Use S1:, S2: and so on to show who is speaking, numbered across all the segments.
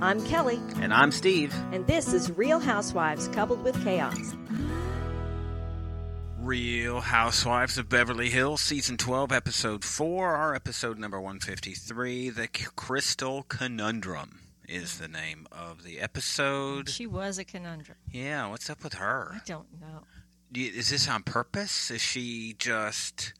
S1: I'm Kelly,
S2: And I'm Steve.
S1: and this is Real Housewives Coupled with Chaos.
S2: Real Housewives of Beverly Hills, Season 12, Episode 4, our episode number 153, The C- Crystal Conundrum is the name of the episode.
S3: She was a conundrum.
S2: Yeah, what's up with
S3: I
S2: her?
S3: don't know.
S2: Do you- Is this on purpose? Is she just.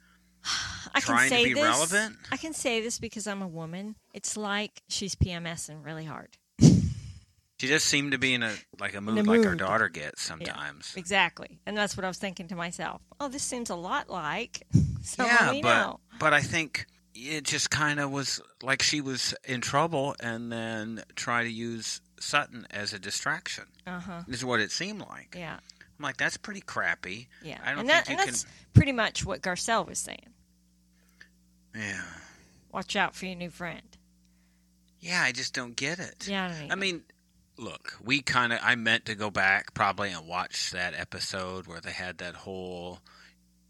S3: I
S2: Trying
S3: can
S2: to
S3: say
S2: be
S3: this.
S2: relevant?
S3: I can say this because I'm a woman. It's like she's PMSing really hard.
S2: She just seemed to be in a like a mood
S3: a
S2: like her
S3: mood.
S2: daughter gets sometimes.
S3: Exactly. And that's what I was thinking to myself. Oh, this seems a lot like someone
S2: Yeah,
S3: we
S2: but
S3: know.
S2: but I think it just kind of was like she was in trouble and then try to use Sutton as a distraction.
S3: Uh huh.
S2: Is what it seemed like.
S3: Yeah.
S2: I'm like that's pretty crappy.
S3: Yeah.
S2: I don't
S3: and
S2: think
S3: that,
S2: you
S3: and
S2: can.
S3: that's pretty much what Garcelle was saying.
S2: Yeah,
S3: Watch out for your new friend.
S2: yeah. I just don't get it.
S3: Yeah. I, don't
S2: I
S3: either.
S2: mean, look, we kind of. I meant to go back probably and watch that episode where they had that whole,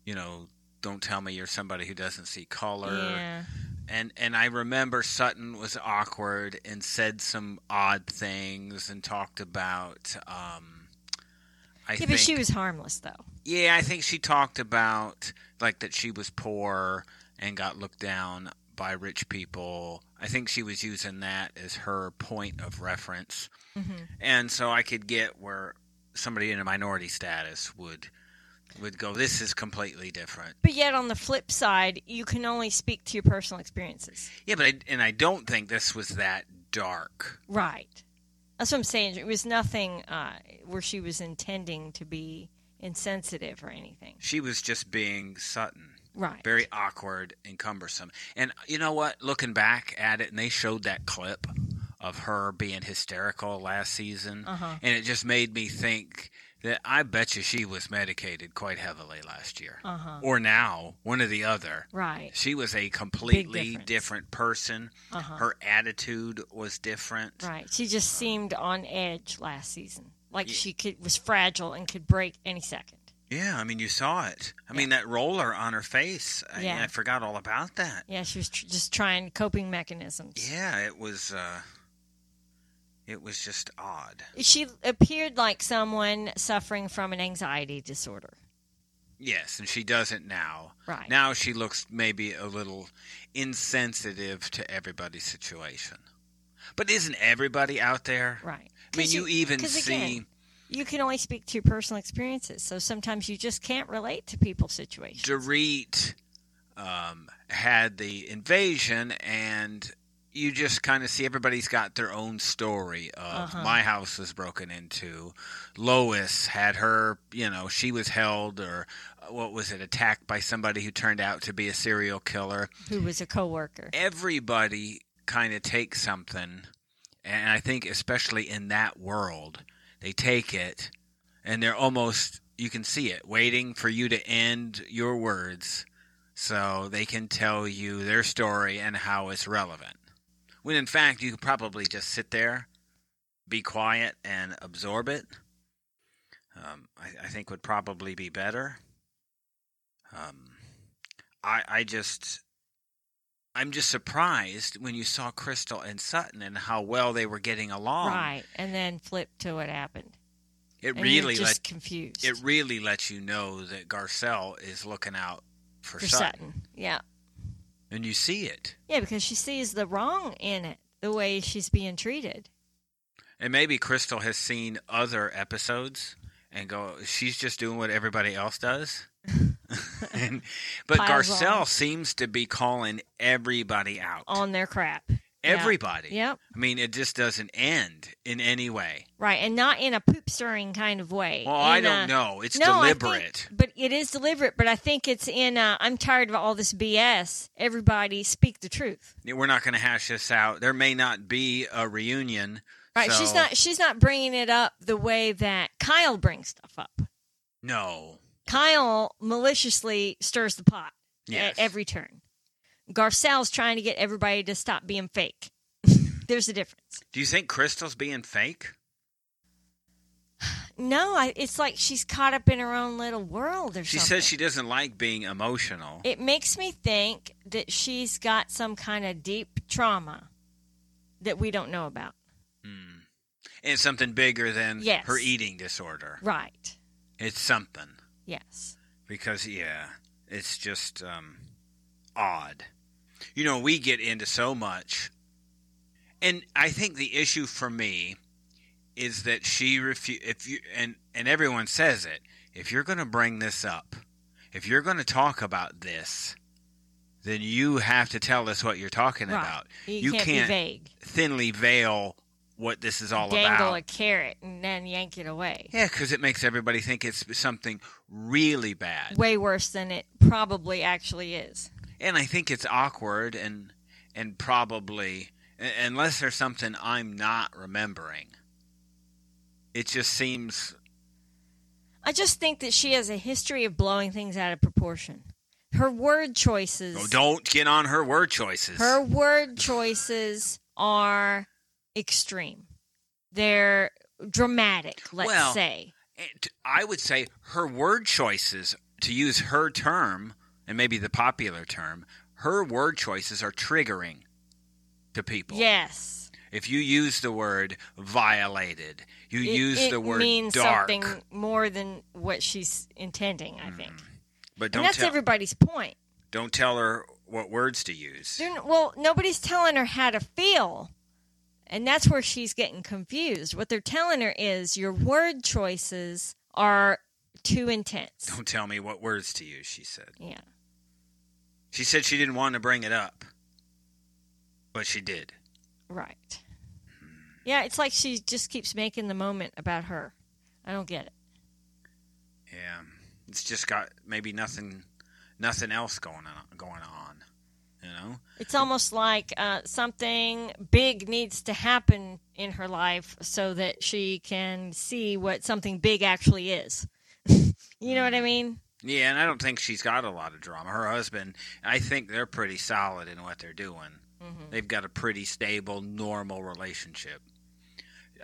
S2: you know, don't tell me you're somebody who doesn't see color.
S3: Yeah.
S2: and and I remember Sutton was awkward and said some odd things and talked about. Um, I
S3: yeah,
S2: think,
S3: but she was harmless though.
S2: Yeah, I think she talked about like that she was poor and got looked down by rich people. I think she was using that as her point of reference,
S3: hmm
S2: and so I could get where somebody in a minority status would would go. This is completely different.
S3: But yet, on the flip side, you can only speak to your personal experiences.
S2: Yeah, but I, and I don't think this was that dark.
S3: Right. That's what I'm saying. It was nothing uh, where she was intending to be insensitive or anything.
S2: She was just being Sutton.
S3: Right.
S2: Very awkward and cumbersome. And you know what? Looking back at it, and they showed that clip of her being hysterical last season,
S3: Uh huh.
S2: and it just made me think that I bet you she was medicated quite heavily last year.
S3: Uh huh.
S2: Or now, one or the other.
S3: Right.
S2: She was a completely
S3: difference.
S2: different person.
S3: Uh huh.
S2: Her attitude was different.
S3: Right. She just seemed on edge last season. Like
S2: Ye-
S3: she could was fragile and could break any second.
S2: Yeah, I mean, you saw it. I mean, that roller on her face,
S3: Yeah.
S2: I, I forgot all about that.
S3: Yeah, she was tr- just trying coping mechanisms.
S2: Yeah, it was. Uh, it was just odd.
S3: She appeared like someone suffering from an anxiety disorder.
S2: Yes, and she doesn't now.
S3: Right.
S2: Now she looks maybe a little insensitive to everybody's situation. But isn't everybody out there?
S3: Right.
S2: I mean,
S3: 'Cause
S2: you even
S3: 'cause
S2: see.
S3: again, you can only speak to your personal experiences. So sometimes you just can't relate to people's situations.
S2: Dorit um, had the invasion, and you just kind of see everybody's got their own story of
S3: Uh-huh.
S2: my house was broken into. Lois had her, you know, she was held or uh, what was it, attacked by somebody who turned out to be a serial killer.
S3: who was a coworker.
S2: Everybody kind of takes something, and I think especially in that world, they take it and they're almost you can see it waiting for you to end your words so they can tell you their story and how it's relevant when in fact you could probably just sit there be quiet and absorb it um, I, I think would probably be better um, I, I just i'm just surprised when you saw crystal and sutton and how well they were getting along
S3: Right. And then flip to what happened.
S2: it
S3: And
S2: really
S3: you're
S2: let
S3: just confused.
S2: it really lets you know that Garcelle is looking out for,
S3: for
S2: Sutton.
S3: Sutton. Yeah.
S2: and you see it.
S3: Yeah, because she sees the wrong in it, the way she's being treated.
S2: And maybe Crystal has seen other episodes and go, she's just doing what everybody else does. and, but
S3: Piles on.
S2: Garcelle seems to be calling everybody out.
S3: On their crap.
S2: everybody.
S3: Yep.
S2: I mean, it just doesn't end in any way.
S3: Right. And not in a poop stirring kind of way.
S2: Well, I
S3: In
S2: don't
S3: a-
S2: know. It's
S3: I think-
S2: deliberate.
S3: but it is deliberate, but I think it's in uh, I'm tired of all this BS. Everybody speak the truth.
S2: We're not going to hash this out. There may not be a reunion.
S3: Right. She's
S2: so-
S3: not she's not bringing it up the way that Kyle brings stuff up.
S2: No.
S3: Kyle maliciously stirs the pot
S2: Yes.
S3: at every turn. Garcelle's trying to get everybody to stop being fake. There's a difference.
S2: Do you think Crystal's being fake?
S3: No, I, it's like she's caught up in her own little world or
S2: She
S3: something.
S2: says she doesn't like being emotional.
S3: It makes me think that she's got some kind of deep trauma that we don't know about.
S2: Hmm. It's something bigger than
S3: Yes.
S2: her eating disorder.
S3: Right.
S2: It's something
S3: Yes.
S2: because yeah, it's just um, odd. You know, we get into so much, and I think the issue for me is that she refu- if you and and everyone says it. If you're going to bring this up, if you're going to talk about this, then you have to tell us what you're talking
S3: Right.
S2: about.
S3: You,
S2: You
S3: can't,
S2: can't
S3: be vague.
S2: Thinly veil what this is all
S3: Dangle
S2: about.
S3: a carrot and then yank it away.
S2: Yeah, because it makes everybody think it's something really bad,
S3: Way worse than it probably actually is.
S2: and I think it's awkward and and probably u- unless there's something I'm not remembering. It just seems
S3: I just think that she has a history of blowing things out of proportion. Her word choices.
S2: oh, don't get on her word choices.
S3: Her word choices are extreme. They're dramatic, let's
S2: Well-
S3: say.
S2: And I would say her word choices, to use her term and maybe the popular term, her word choices are triggering to people.
S3: Yes.
S2: If you use the word violated, you
S3: It-
S2: use
S3: it
S2: the word
S3: means
S2: dark.
S3: something more than what she's intending, I think.
S2: But
S3: And
S2: don't
S3: that's
S2: tell,
S3: everybody's point.
S2: don't tell her what words to use.
S3: They're n- well, nobody's telling her how to feel. And that's where she's getting confused. What they're telling her is your word choices are too intense.
S2: Don't tell me what words to use, she said.
S3: Yeah.
S2: She said she didn't want to bring it up, but she did.
S3: Right. Yeah, it's like she just keeps making the moment about her. I don't get it.
S2: Yeah, it's just got maybe nothing, nothing else going on. Going on, you know.
S3: It's almost like uh, something big needs to happen in her life so that she can see what something big actually is. you know what I mean?
S2: Yeah, and I don't think she's got a lot of drama. Her husband, I think they're pretty solid in what they're doing. They've got a pretty stable, normal relationship.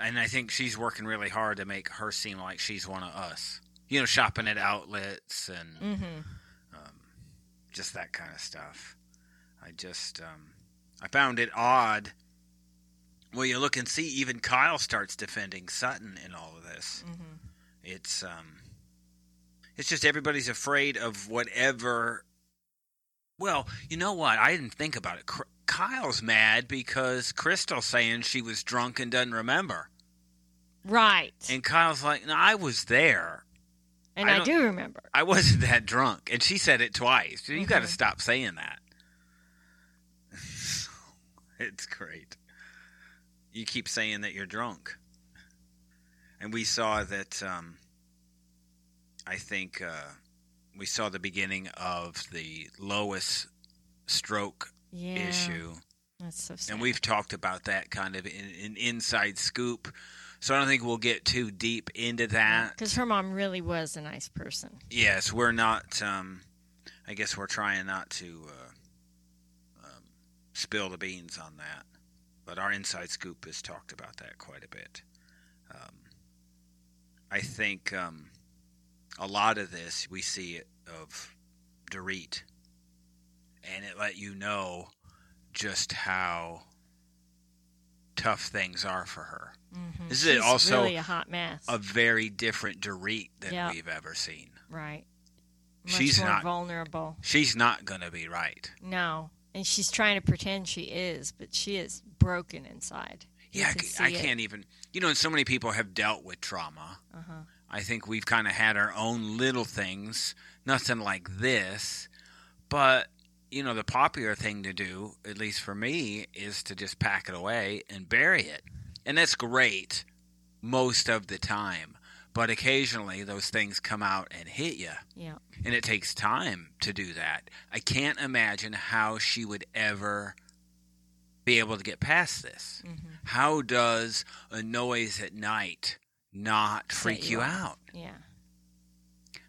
S2: And I think she's working really hard to make her seem like she's one of us. You know, shopping at outlets and um,
S3: Mm-hmm.
S2: just that kind of stuff. I just, um, I found it odd. Well, you look and see, even Kyle starts defending Sutton in all of this.
S3: Mm-hmm.
S2: It's, um, it's just everybody's afraid of whatever. Well, you know what? I didn't think about it. Cr- Kyle's mad because Crystal's saying she was drunk and doesn't remember,
S3: Right. And,
S2: and Kyle's like, "No, I was there. I
S3: I,
S2: don't-
S3: do remember.
S2: I wasn't that drunk." And she said it twice. You got to
S3: Mhm.
S2: stop saying that. it's great. You keep saying that you're drunk, and we saw that. Um, I think uh, we saw the beginning of the Lois stroke
S3: Yeah.
S2: issue.
S3: That's so sad.
S2: And we've talked about that kind of in an inside scoop. So I don't think we'll get too deep into that.
S3: Because her mom really was a nice person.
S2: Yes, we're not. Um, I guess we're trying not to uh, um, spill the beans on that. But our inside scoop has talked about that quite a bit. Um, I think um, a lot of this we see it of Dorit, and it let you know just how tough things are for her.
S3: Mm-hmm.
S2: This is also
S3: really a hot mess.
S2: A very different Dorit than
S3: Yeah.
S2: we've ever seen.
S3: right. Much
S2: She's
S3: more
S2: not-
S3: vulnerable.
S2: She's not going to be right.
S3: No. And she's trying to pretend she is, but she is broken inside. You
S2: Yeah, I
S3: can
S2: c- I,
S3: see it.
S2: can't even. You know, and so many people have dealt with trauma.
S3: Uh-huh.
S2: I think we've kind of had our own little things, nothing like this. But, you know, the popular thing to do, at least for me, is to just pack it away and bury it. And that's great most of the time. But occasionally those things come out and hit you.
S3: Yeah.
S2: And it takes time to do that. I can't imagine how she would ever be able to get past this.
S3: Mhm.
S2: How does a noise at night not
S3: Set
S2: freak
S3: you
S2: you
S3: off.
S2: out?
S3: Yeah.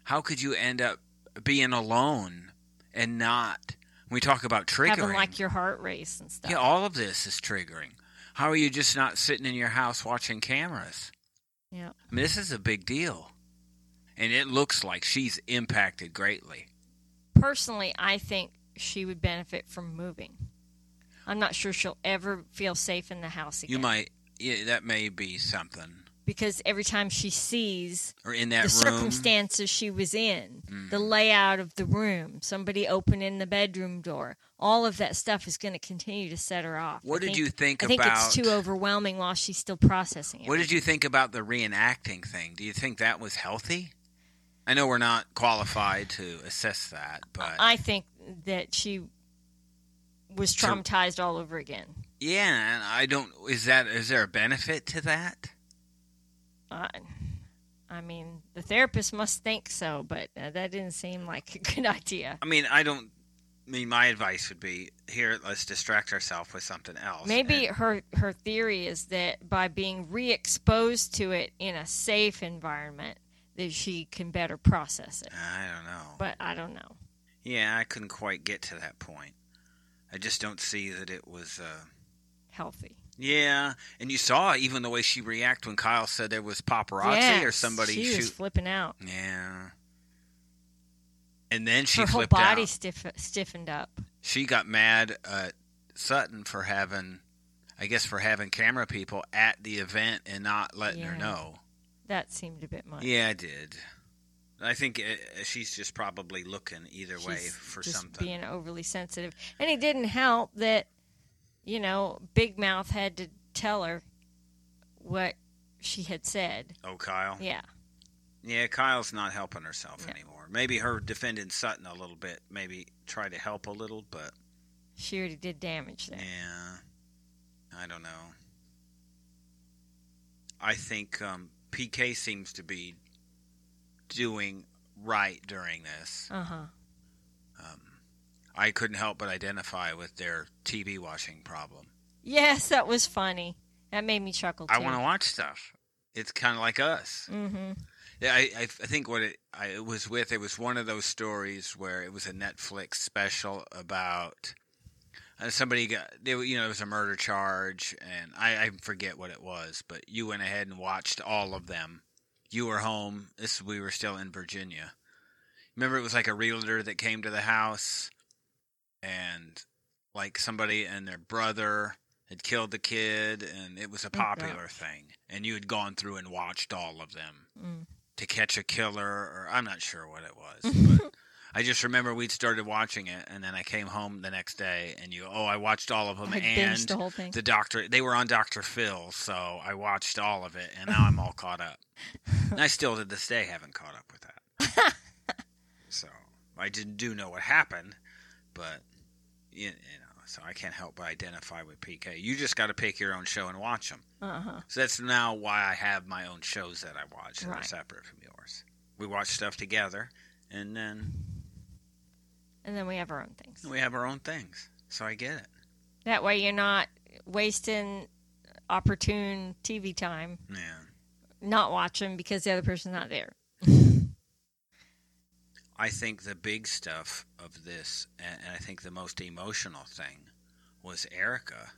S2: How could you end up being alone and not? We talk about triggering.
S3: Having like your heart race and stuff.
S2: yeah, all of this is triggering. How are you just not sitting in your house watching cameras?
S3: Yeah.
S2: I mean, this is a big deal. And it looks like she's impacted greatly.
S3: Personally, I think she would benefit from moving. I'm not sure she'll ever feel safe in the house again.
S2: You might, yeah, that may be something.
S3: because every time she sees
S2: Or in
S3: the
S2: that room.
S3: circumstances she was in, the layout of the room, somebody opening the bedroom door, all of that stuff is going to continue to set her off.
S2: What
S3: I
S2: did you think
S3: I think
S2: about-
S3: it's too overwhelming while she's still processing it.
S2: What did you think about the reenacting thing? Do you think that was healthy? I know we're not qualified to assess that, but
S3: I think that she was
S2: So-
S3: traumatized all over again.
S2: yeah, and I don't. Is that is there a benefit to that?
S3: I, I mean, the therapist must think so, but uh, that didn't seem like a good idea.
S2: I mean, I don't. I mean, my advice would be here. Let's distract ourselves with something else.
S3: Maybe
S2: And-
S3: her her theory is that by being re-exposed to it in a safe environment, that she can better process it.
S2: I don't know.
S3: But I don't know.
S2: yeah, I couldn't quite get to that point. I just don't see that it was. Uh,
S3: Healthy.
S2: yeah, and you saw even the way she reacted when Kyle said there was paparazzi
S3: Yes,
S2: or somebody
S3: She
S2: shoot.
S3: was flipping out.
S2: Yeah. And then she
S3: her whole
S2: flipped
S3: body
S2: out.
S3: stiff, stiffened up.
S2: She got mad at Sutton for having, I guess, for having camera people at the event and not letting her
S3: Yeah.
S2: know.
S3: That seemed a bit much.
S2: Yeah, I did. I think uh she's just probably looking either way
S3: She's
S2: for
S3: just
S2: something.
S3: being overly sensitive. And it didn't help that, you know, Big Mouth had to tell her what she had said.
S2: oh, Kyle. Yeah.
S3: Yeah.
S2: Kyle's not helping herself
S3: Yeah.
S2: anymore. Maybe her defending Sutton a little bit. Maybe try to help a little, but
S3: She already did damage there.
S2: Yeah. I don't know. I think um, PK seems to be doing right during this. Um,
S3: Uh huh.
S2: I couldn't help but identify with their TV watching problem.
S3: Yes, that was funny. That made me chuckle too.
S2: I want to watch stuff. It's kind of like us.
S3: Mm-hmm.
S2: Yeah, I, I, I think what it, I, it was with, it was one of those stories where it was a Netflix special about uh, somebody got, they, were- you know, it was a murder charge, and I, I forget what it was, but you went ahead and watched all of them. You were home. This we were still in Virginia. Remember, it was like a realtor that came to the house, and like somebody and their brother had killed the kid, and it was a popular thing. And you had gone through and watched all of them
S3: Mm.
S2: to catch a killer or I'm not sure what it was, but I just remember we'd started watching it and then I came home the next day and you oh I watched all of them
S3: I
S2: and
S3: binged the whole thing.
S2: the doctor they were on Dr. Phil, so I watched all of it and now I'm all caught up. And I still to this day haven't caught up with that. so I didn't do know what happened, but you, you know, so I can't help but identify with PK. You just got to pick your own show and watch them.
S3: Uh huh.
S2: So that's now why I have my own shows that I watch that are
S3: Right.
S2: separate from yours. We watch stuff together, and then
S3: And then we have our own things.
S2: we have our own things. So I get it.
S3: That way, you're not wasting opportune TV time
S2: Yeah.
S3: not watching because the other person's not there.
S2: I think the big stuff of this, and and I think the most emotional thing, was Erica.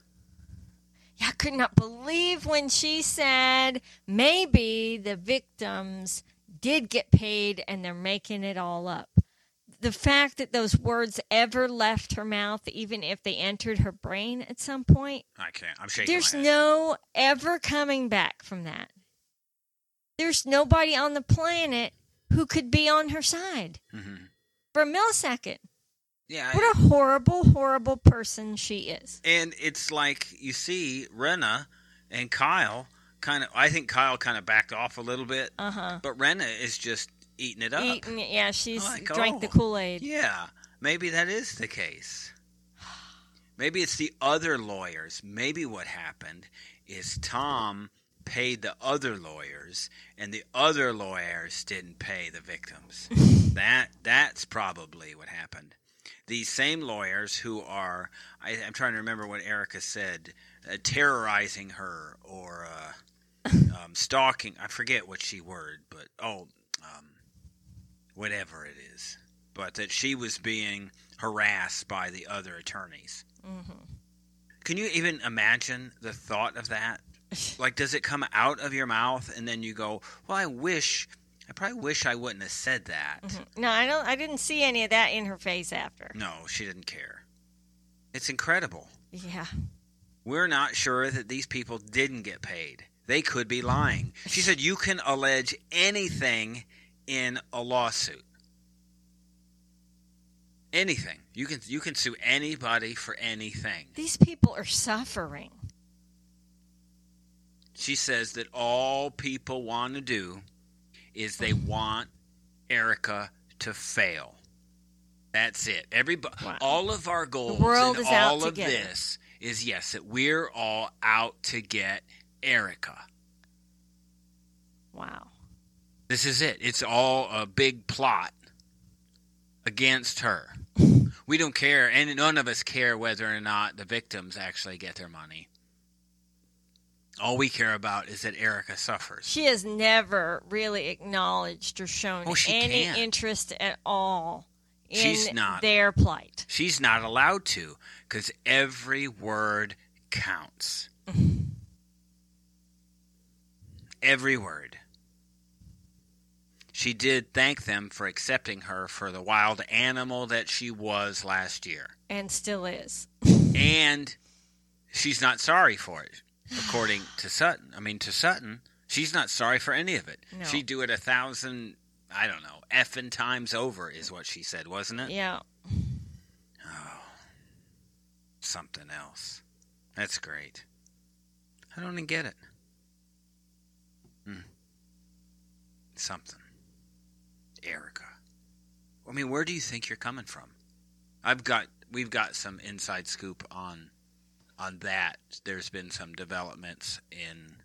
S3: Yeah, I could not believe when she said maybe the victims did get paid and they're making it all up. The fact that those words ever left her mouth, even if they entered her brain at some point,
S2: I can't. I'm shaking.
S3: there's
S2: my head.
S3: no ever coming back from that. There's nobody on the planet who could be on her side
S2: Mhm.
S3: for a millisecond.
S2: Yeah. I-
S3: What a horrible, horrible person she is.
S2: And it's like you see Renna and Kyle kind of. I think Kyle kind of backed off a little bit,
S3: Uh huh.
S2: but Renna is just eating it up.
S3: Eating, it. yeah, she's
S2: Like,
S3: drank
S2: oh.
S3: the Kool Aid.
S2: Yeah, maybe that is the case. Maybe it's the other lawyers. Maybe what happened is Tom paid the other lawyers and the other lawyers didn't pay the victims. that that's probably what happened. These same lawyers who are I, I'm trying to remember what Erica said, uh, terrorizing her or uh, um, stalking. I forget what she word, but oh, um, whatever it is but that she was being harassed by the other attorneys.
S3: Mm-hmm,
S2: Can you even imagine the thought of that? Like, does it come out of your mouth and then you go, "Well, I wish, I probably wish I wouldn't have said that."
S3: mm-hmm. No, I don't. I didn't see any of that in her face after.
S2: No, she didn't care. It's incredible.
S3: Yeah,
S2: We're not sure that these people didn't get paid. They could be lying. She said, You can allege anything in a lawsuit. Anything. You can you can sue anybody for anything.
S3: These people are suffering.
S2: She says that all people want to do is they want Erica to fail. That's it. Everybody,
S3: Wow.
S2: all of our goals,
S3: world
S2: and
S3: is out
S2: all
S3: to
S2: of
S3: get her.
S2: this is yes, that we're all out to get Erica.
S3: Wow.
S2: This is it. It's all a big plot against her. We don't care, and none of us care whether or not the victims actually get their money. All we care about is that Erica suffers.
S3: She has never really acknowledged or shown
S2: Oh, she
S3: any
S2: can't.
S3: interest at all in
S2: She's not.
S3: their plight.
S2: She's not allowed to because every word counts. every word. She did thank them for accepting her for the wild animal that she was last year.
S3: And still is.
S2: And she's not sorry for it, according to Sutton. I mean, to Sutton, she's not sorry for any of it.
S3: No.
S2: She'd do it a thousand, I don't know, effing times over, is what she said, wasn't it?
S3: Yeah.
S2: Oh, something else. That's great. I don't even get it. Hmm. Something. Erica. I mean, where do you think you're coming from? I've got we've got some inside scoop on on that. There's been some developments in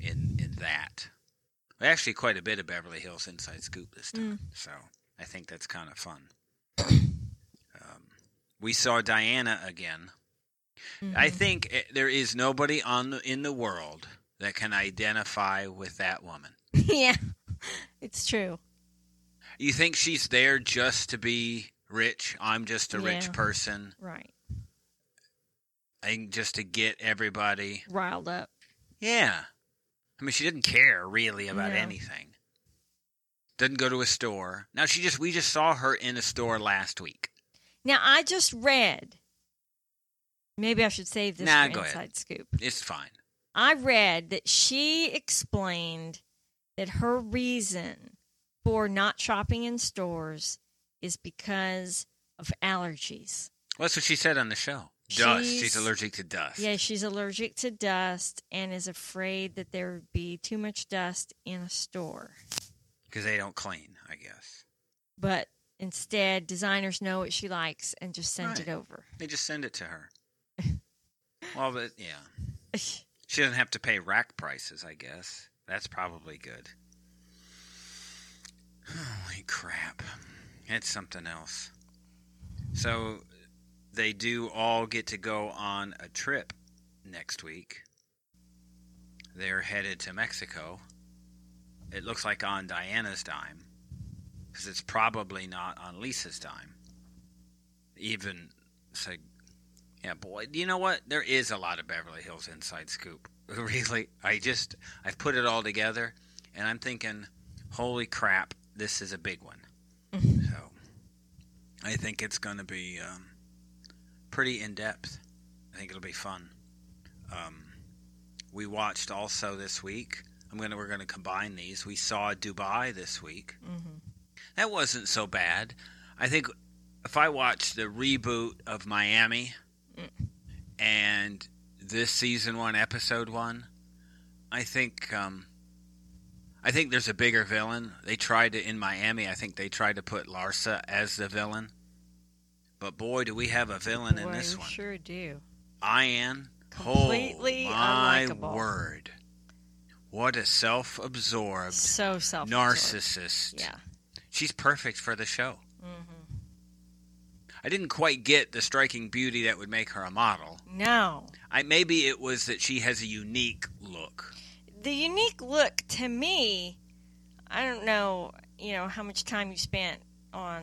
S2: in in that. Actually, quite a bit of Beverly Hills Inside Scoop this time, so I think that's kind of fun we saw Diana again. I think eh, there is nobody on the, in the world that can identify with that woman.
S3: Mm-hmm. yeah. It's true.
S2: You think she's there just to be rich? I'm just a
S3: Yeah.
S2: rich person,
S3: Right.
S2: and just to get everybody.
S3: Riled up.
S2: Yeah, I mean, she didn't care really about
S3: No.
S2: anything. Doesn't go to a store. Now she just we just saw her in a store last week.
S3: Now I just read. Maybe I should save this
S2: Nah,
S3: for
S2: go
S3: inside
S2: ahead.
S3: scoop.
S2: It's fine.
S3: I read that she explained that her reason for not shopping in stores is because of allergies.
S2: Well, that's what she said on the show. Dust. She's,
S3: She's-
S2: allergic to dust.
S3: Yeah, she's allergic to dust and is afraid that there would be too much dust in a store.
S2: because they don't clean. I guess.
S3: But instead, designers know what she likes and just send it
S2: Right.
S3: over.
S2: They just send it to her. well, but yeah, she doesn't have to pay rack prices. I guess that's probably good. Holy crap! That's something else. So they do all get to go on a trip next week. They're headed to Mexico. It looks like on Diana's dime, because it's probably not on Lisa's dime. Even so, yeah, boy. You know what? There is a lot of Beverly Hills Inside Scoop. Really, I just I've put it all together, and I'm thinking, holy crap, this is a big one. so, I think it's going to be um, pretty in depth. I think it'll be fun. Um, we watched also this week. I'm gonna we're gonna combine these. We saw Dubai this week. That wasn't so bad. I think if I watch the reboot of Miami and this season one, episode one, I think um, I think there's a bigger villain. They tried to in Miami. I think they tried to put Larsa as the villain, but boy, do we have a villain in
S3: Boy,
S2: this
S3: we
S2: one.
S3: sure do.
S2: Ian.
S3: Completely
S2: oh, my
S3: unlikable.
S2: word. What a self-absorbed
S3: So self
S2: narcissist.
S3: Yeah. Mm-hmm.
S2: She's perfect for the show. I didn't quite get the striking beauty that would make her a model.
S3: No.
S2: I maybe it was that she has a unique look.
S3: the unique look to me i don't know you know how much time you spent on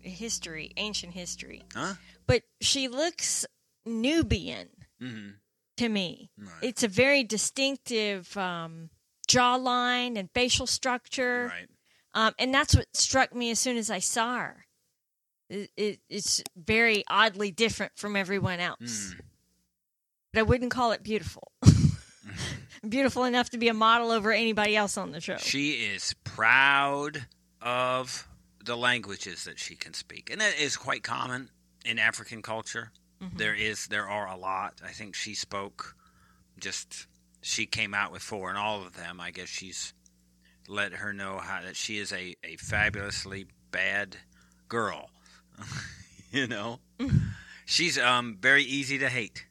S3: history ancient history
S2: Huh?
S3: but she looks nubian
S2: Mhm.
S3: to me
S2: Right.
S3: it's a very distinctive um, jawline and facial structure
S2: Right.
S3: um, and that's what struck me as soon as i saw her it, it, it's very oddly different from everyone else
S2: Mm.
S3: but I wouldn't call it beautiful. beautiful enough to be a model over anybody else on the show.
S2: She is proud of the languages that she can speak, and that is quite common in African culture. There is there are a lot. I think she spoke just she came out with four, and all of them. I guess she's let her know how that she is a a fabulously bad girl. you know, she's um very easy to hate.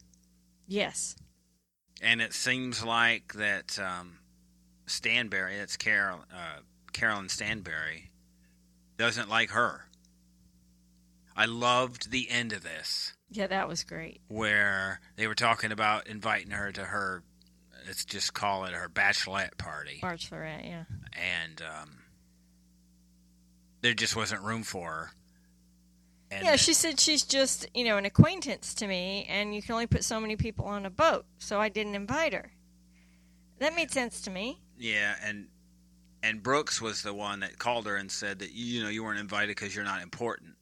S3: Yes.
S2: And it seems like that um, Stanberry, that's Carol, uh, Carolyn Stanberry, doesn't like her. I loved the end of this
S3: Yeah, that was great.
S2: where they were talking about inviting her to her, let's just call it her bachelorette party.
S3: Bachelorette, yeah.
S2: And um, there just wasn't room for her. And
S3: yeah,
S2: then-
S3: she said she's just, you know, an acquaintance to me and you can only put so many people on a boat, so I didn't invite her. That made sense to me.
S2: Yeah, and and Brooks was the one that called her and said that you know you weren't invited because you're not important.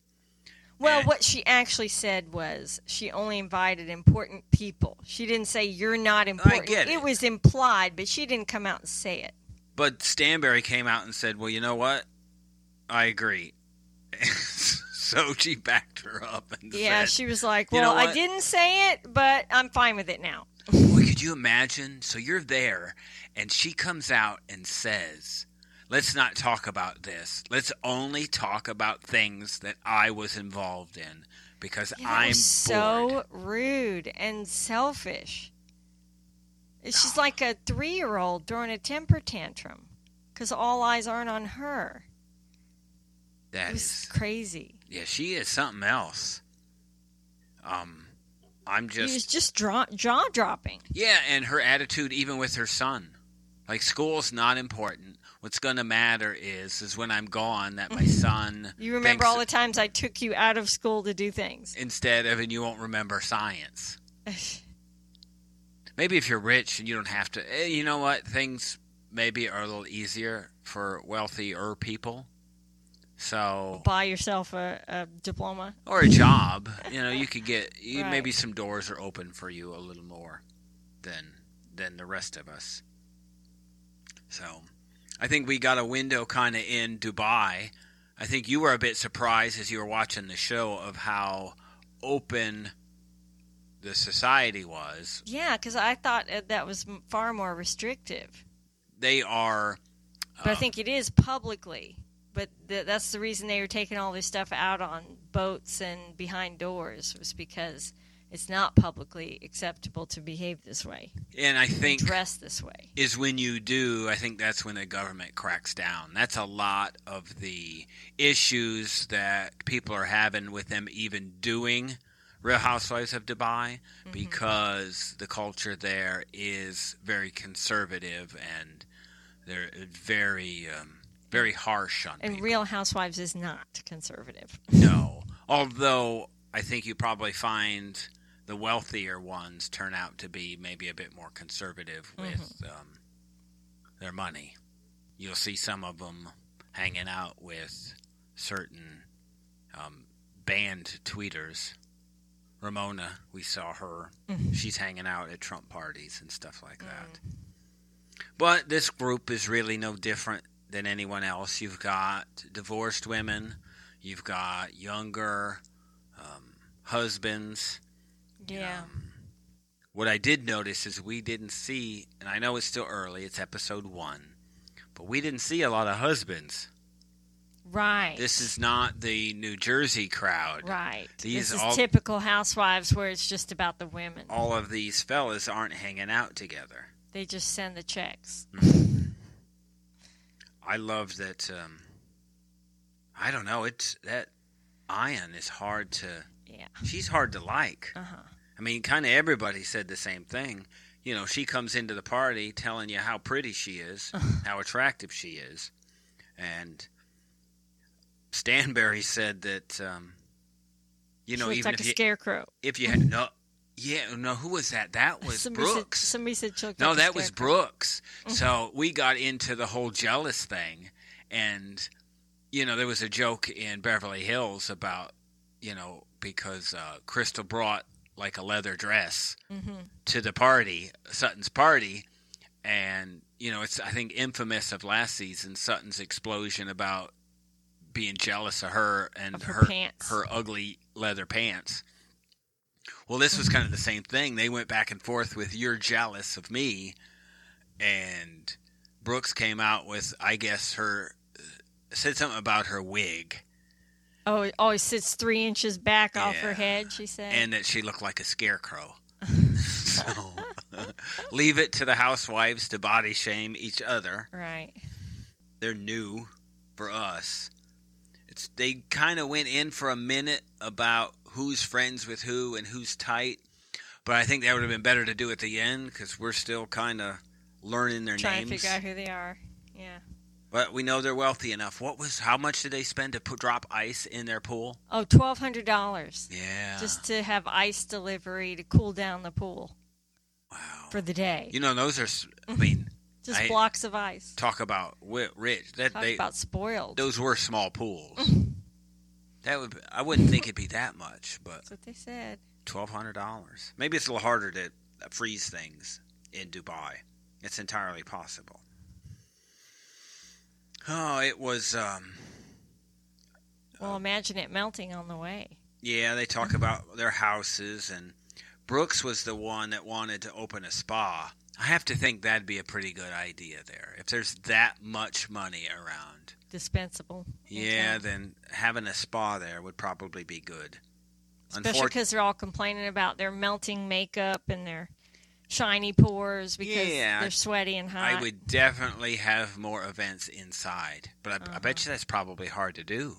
S3: Well,
S2: Eh.
S3: what she actually said was she only invited important people. She didn't say you're not important.
S2: get it.
S3: was implied, but she didn't come out and say it.
S2: But Stanberry came out and said, "Well, you know what? I agree." so she backed her up and
S3: Yeah,
S2: said,
S3: she was like,
S2: "You
S3: "Well,
S2: know
S3: I
S2: what?
S3: didn't say it, but I'm fine with it now."
S2: Boy, could you imagine? So you're there, and she comes out and says, Let's not talk about this. Let's only talk about things that I was involved in because
S3: Yeah, that
S2: I'm
S3: was so
S2: bored.
S3: rude and selfish. She's like a three-year-old throwing a temper tantrum because all eyes aren't on her.
S2: That
S3: It was
S2: is,
S3: crazy.
S2: yeah, she is something else. Um, I'm
S3: it was
S2: just,
S3: just draw- jaw dropping.
S2: yeah, and her attitude, even with her son, like school's not important. What's gonna matter is, is when I'm gone that my son.
S3: You remember
S2: thinks-
S3: all the times I took you out of school to do things.
S2: instead of, and you won't remember science. maybe if you're rich and you don't have to eh, you know what things maybe are a little easier for wealthier people so
S3: buy yourself a, a diploma.
S2: or a job you know you could get you,
S3: Right.
S2: maybe some doors are open for you a little more than than the rest of us so i think we got a window kind of in dubai i think you were a bit surprised as you were watching the show of how open the society was
S3: Yeah, because I thought uh, that was m- far more restrictive,
S2: they are
S3: but I
S2: um,
S3: think it is publicly. But th- that's the reason they were taking all this stuff out on boats and behind doors was because it's not publicly acceptable to behave this way,
S2: and i think
S3: dress this way.
S2: is when you do, I think that's when the government cracks down. That's a lot of the issues that people are having with them even doing Real Housewives of Dubai
S3: Mm-hmm.
S2: because the culture there is very conservative and they're very, um, very harsh on
S3: And
S2: people.
S3: Real Housewives is not conservative.
S2: no, although I think you probably find the wealthier ones turn out to be maybe a bit more conservative with um, their money. You'll see some of them hanging out with certain um, banned tweeters. Ramona, we saw her. She's hanging out at Trump parties and stuff like that. But this group is really no different than anyone else. You've got divorced women, you've got younger um, husbands.
S3: Yeah.
S2: Um, what I did notice is we didn't see, and I know it's still early, it's episode one, but we didn't see a lot of husbands.
S3: Right.
S2: This is not the New Jersey crowd.
S3: right.
S2: These
S3: this is
S2: all-
S3: typical housewives where it's just about the women.
S2: All of these fellas aren't hanging out together.
S3: They just send the checks.
S2: Mm. I love that. Um, I don't know. It's that Ion is hard to.
S3: Yeah.
S2: She's hard to like.
S3: Uh huh.
S2: I mean, kind of everybody said the same thing. You know, she comes into the party telling you how pretty she is, how attractive she is, and Stanberry said that um, you know
S3: she looks
S2: even
S3: like a
S2: if, you,
S3: scarecrow.
S2: if you had no yeah no who was that that was
S3: somebody
S2: Brooks
S3: Said, somebody said she looked
S2: no
S3: like a
S2: that was
S3: scarecrow. Mm-hmm.
S2: Brooks so we got into the whole jealous thing and you know there was a joke in Beverly Hills about you know because uh, Crystal brought like a leather dress
S3: Mm-hmm.
S2: to the party, Sutton's party, and you know it's I think infamous of last season Sutton's explosion about being jealous of her and
S3: Of her pants.
S2: her ugly leather pants. Well, this was kind of the same thing. They went back and forth with "You're jealous of me," and Brooks came out with I guess her said something about her wig
S3: Oh, it always sits three inches back off her
S2: Yeah.
S3: head. She said,
S2: and that she looked like a scarecrow. so leave it to the housewives to body shame each other.
S3: "Right,
S2: They're new for us. It's they kind of went in for a minute about who's friends with who and who's tight, but I think that would have been better to do at the end because we're still kind of learning their
S3: trying to
S2: names.
S3: figure out who they are." Yeah.
S2: But we know they're wealthy enough. What was how much did they spend to put, drop ice in their pool?
S3: Oh, twelve hundred dollars
S2: Yeah.
S3: just to have ice delivery to cool down the pool
S2: wow.
S3: for the day.
S2: You know those are. s- I mean,
S3: just
S2: I-
S3: blocks of ice.
S2: talk about wi- rich. That
S3: Talk
S2: they
S3: about Mm-hmm. spoiled.
S2: those were small pools. that would be- I wouldn't think it'd be that much, but
S3: That's what they said.
S2: twelve hundred dollars. Maybe it's a little harder to freeze things in Dubai. It's entirely possible. Oh, it was. Um,
S3: Well, imagine it melting on the way.
S2: Yeah, they talk
S3: Mm-hmm.
S2: about their houses, and Brooks was the one that wanted to open a spa. I have to think that'd be a pretty good idea there. If there's that much money around,
S3: Dispensable.
S2: yeah, then having a spa there would probably be good.
S3: Especially
S2: Unfor-
S3: because they're all complaining about their melting makeup and their shiny pores because
S2: Yeah,
S3: they're sweaty and hot.
S2: I would definitely have more events inside, but I, I bet you that's probably hard to do.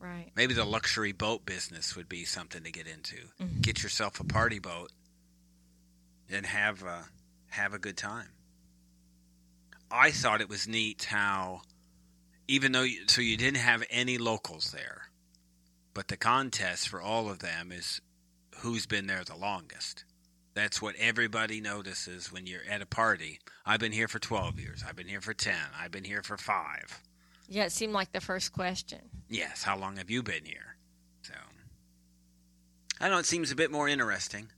S3: Right.
S2: Maybe the luxury boat business would be something to get into. Get yourself a party boat and have a, have a good time. I thought it was neat how, even though you, so you didn't have any locals there, but the contest for all of them is who's been there the longest. That's what everybody notices when you're at a party. I've been here for 12 years. I've been here for 10. I've been here for 5.
S3: Yeah, it seemed like the first question.
S2: Yes, how long have you been here? So I don't know, it seems a bit more interesting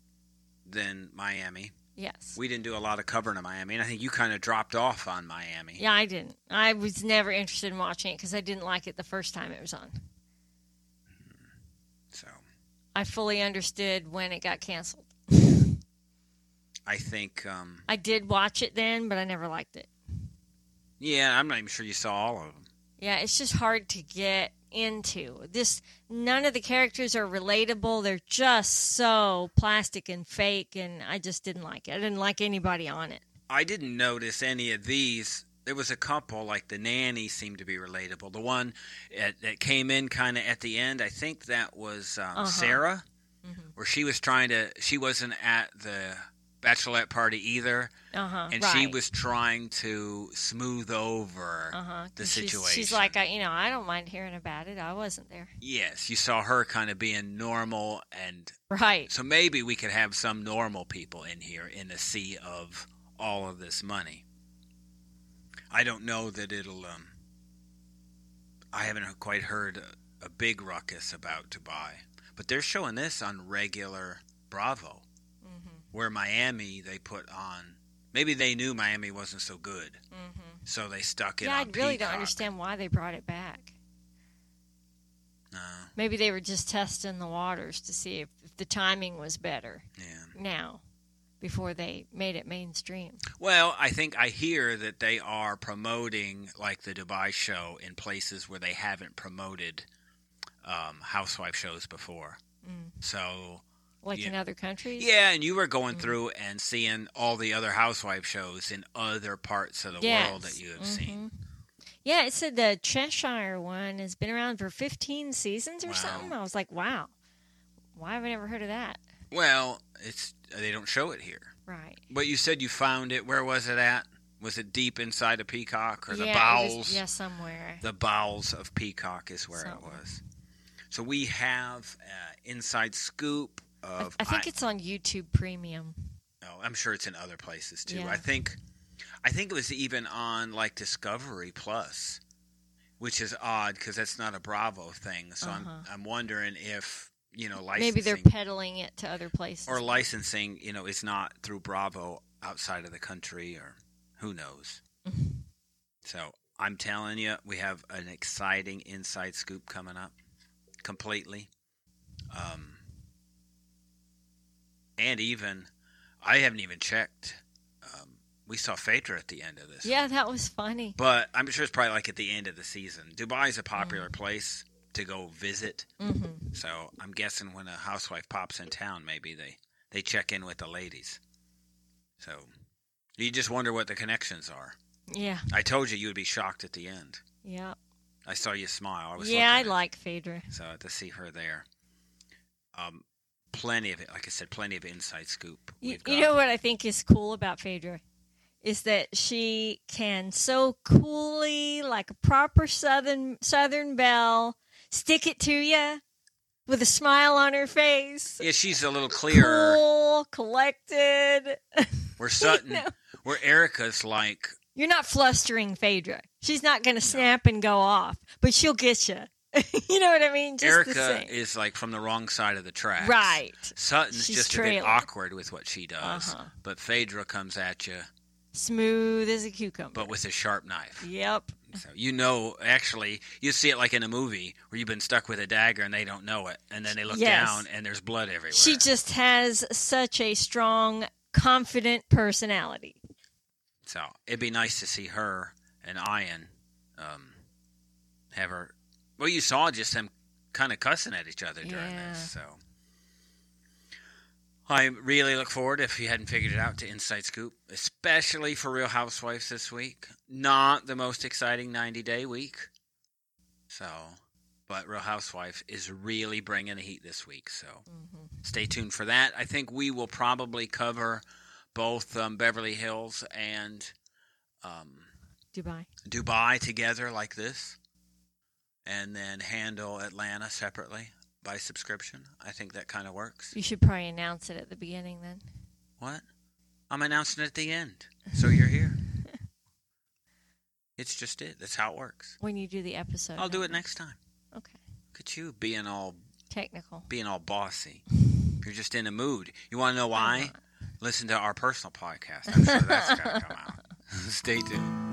S2: than Miami.
S3: Yes.
S2: We didn't do a lot of covering of Miami, and I think you kind of dropped off on Miami.
S3: yeah, I didn't. I was never interested in watching it because I didn't like it the first time it was on.
S2: So
S3: I fully understood when it got canceled.
S2: I think, um,
S3: I did watch it then, but I never liked it.
S2: yeah, I'm not even sure you saw all of them.
S3: Yeah, it's just hard to get into. This none of the characters are relatable. They're just so plastic and fake and I just didn't like it. I didn't like anybody on it.
S2: I didn't notice any of these. There was a couple, like the nanny seemed to be relatable. The one at, that came in kind of at the end, I think that was um,
S3: Uh-huh. Mm-hmm.
S2: Sarah, where she was trying to, she wasn't at the bachelorette party either.
S3: Uh-huh.
S2: and
S3: right.
S2: she was trying to smooth over
S3: uh-huh.
S2: the
S3: 'cause she's-
S2: situation.
S3: She's like, I, you know, I don't mind hearing about it. I wasn't there.
S2: yes, you saw her kind of being normal, and
S3: Right.
S2: so maybe we could have some normal people in here in the sea of all of this money. I don't know that it'll. Um, I haven't quite heard a, a big ruckus about Dubai, but they're showing this on regular Bravo,
S3: Mm-hmm.
S2: where Miami they put on. Maybe they knew Miami wasn't so good,
S3: Mm-hmm.
S2: so they stuck it.
S3: Yeah, I
S2: on
S3: really don't
S2: Peacock.
S3: understand why they brought it back.
S2: No,
S3: Maybe they were just testing the waters to see if, if the timing was better
S2: yeah.
S3: now before they made it mainstream.
S2: Well, I think I hear that they are promoting like the Dubai show in places where they haven't promoted um, housewife shows before.
S3: Mm.
S2: So
S3: Like
S2: Yeah.
S3: in other countries?
S2: yeah, and you were going
S3: Mm-hmm.
S2: through and seeing all the other housewife shows in other parts of the world
S3: Yes. Mm-hmm.
S2: that you have seen.
S3: Yeah, it said the Cheshire one has been around for 15 seasons or
S2: Wow.
S3: something. I was like, wow, why have I never heard of that?
S2: Well, it's they don't show it here.
S3: Right.
S2: But you said you found it. Where was it at? Was it deep inside a peacock or the
S3: yeah, it
S2: bowels?
S3: was- yeah, somewhere.
S2: the bowels of Peacock is where it
S3: Somewhere.
S2: was. So we have uh, inside scoop
S3: I,
S2: of.
S3: I think it's on YouTube Premium.
S2: oh, I'm sure it's in other places too.
S3: Yeah.
S2: I think, I think it was even on like Discovery Plus, which is odd because that's not a Bravo thing. So I'm I'm wondering if you know, licensing
S3: Uh-huh. Maybe they're peddling it to other places.
S2: or licensing, you know, it's not through Bravo outside of the country or who knows. so I'm telling you, we have an exciting inside scoop coming up completely. Um, and even, I haven't even checked. Um, we saw Phaedra at the end of this.
S3: yeah, that was funny.
S2: But I'm sure it's probably like at the end of the season. Dubai's a popular place to go visit.
S3: hmm
S2: So I'm guessing when a housewife pops in town, maybe they they check in with the ladies. So you just wonder what the connections are.
S3: Yeah,
S2: I told you you would be shocked at the end.
S3: yeah,
S2: I saw you smile. I was
S3: yeah. I
S2: looking at-
S3: like Phaedra.
S2: so to see her there. Um, plenty of it. Like I said, plenty of inside scoop.
S3: You,
S2: we've
S3: you
S2: got.
S3: know what I think is cool about Phaedra is that she can so coolly, like a proper Southern Southern belle, stick it to you with a smile on her face.
S2: Yeah, she's a little clearer.
S3: Cool, collected.
S2: We're Sutton.
S3: know.
S2: Where Erica's like,
S3: You're not flustering Phaedra. She's not going to snap and go off, but she'll get you. you know what I mean? Just the
S2: Erica
S3: same.
S2: is like from the wrong side of the tracks.
S3: right.
S2: Sutton's
S3: She's
S2: just a bit
S3: trailing.
S2: awkward with what she does,
S3: Uh-huh.
S2: but Phaedra comes at you,
S3: Smooth as a cucumber.
S2: but with a sharp knife.
S3: yep.
S2: So you know, actually, you see it like in a movie where you've been stuck with a dagger and they don't know it, and then they look
S3: Yes.
S2: down and there's blood everywhere.
S3: She just has such a strong, confident personality.
S2: so it'd be nice to see her and Ian um, have her. Well, you saw just them kind of cussing at each other during
S3: Yeah.
S2: this, so. I really look forward, if you hadn't figured it out, to Inside Scoop, especially for Real Housewives this week. Not the most exciting 90 day week. So, but Real Housewives is really bringing the heat this week. So, stay tuned for that. I think we will probably cover both um, Beverly Hills and um,
S3: Dubai.
S2: Dubai together like this, and then handle Atlanta separately by subscription. I think that kind of works.
S3: You should probably announce it at the beginning then.
S2: What? I'm announcing it at the end. So you're here. it's just it. That's how it works.
S3: When you do the episode.
S2: I'll do it next time.
S3: Okay.
S2: Look at you being all
S3: Technical.
S2: being all bossy. You're just in a mood. You want to know why? Listen to our personal podcast. I'm sure that's going to come out. Stay tuned.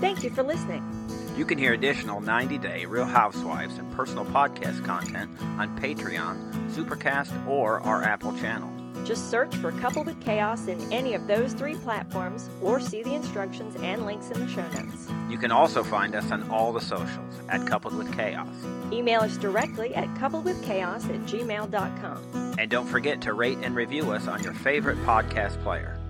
S1: Thank you for listening.
S2: You can hear additional 90 Day Real Housewives and personal podcast content on Patreon, Supercast, or our Apple channel.
S1: Just search for Coupled with Chaos in any of those three platforms or see the instructions and links in the show notes.
S2: You can also find us on all the socials at Coupled with Chaos.
S1: Email us directly at coupledwithchaos at gmail.com.
S2: And don't forget to rate and review us on your favorite podcast player.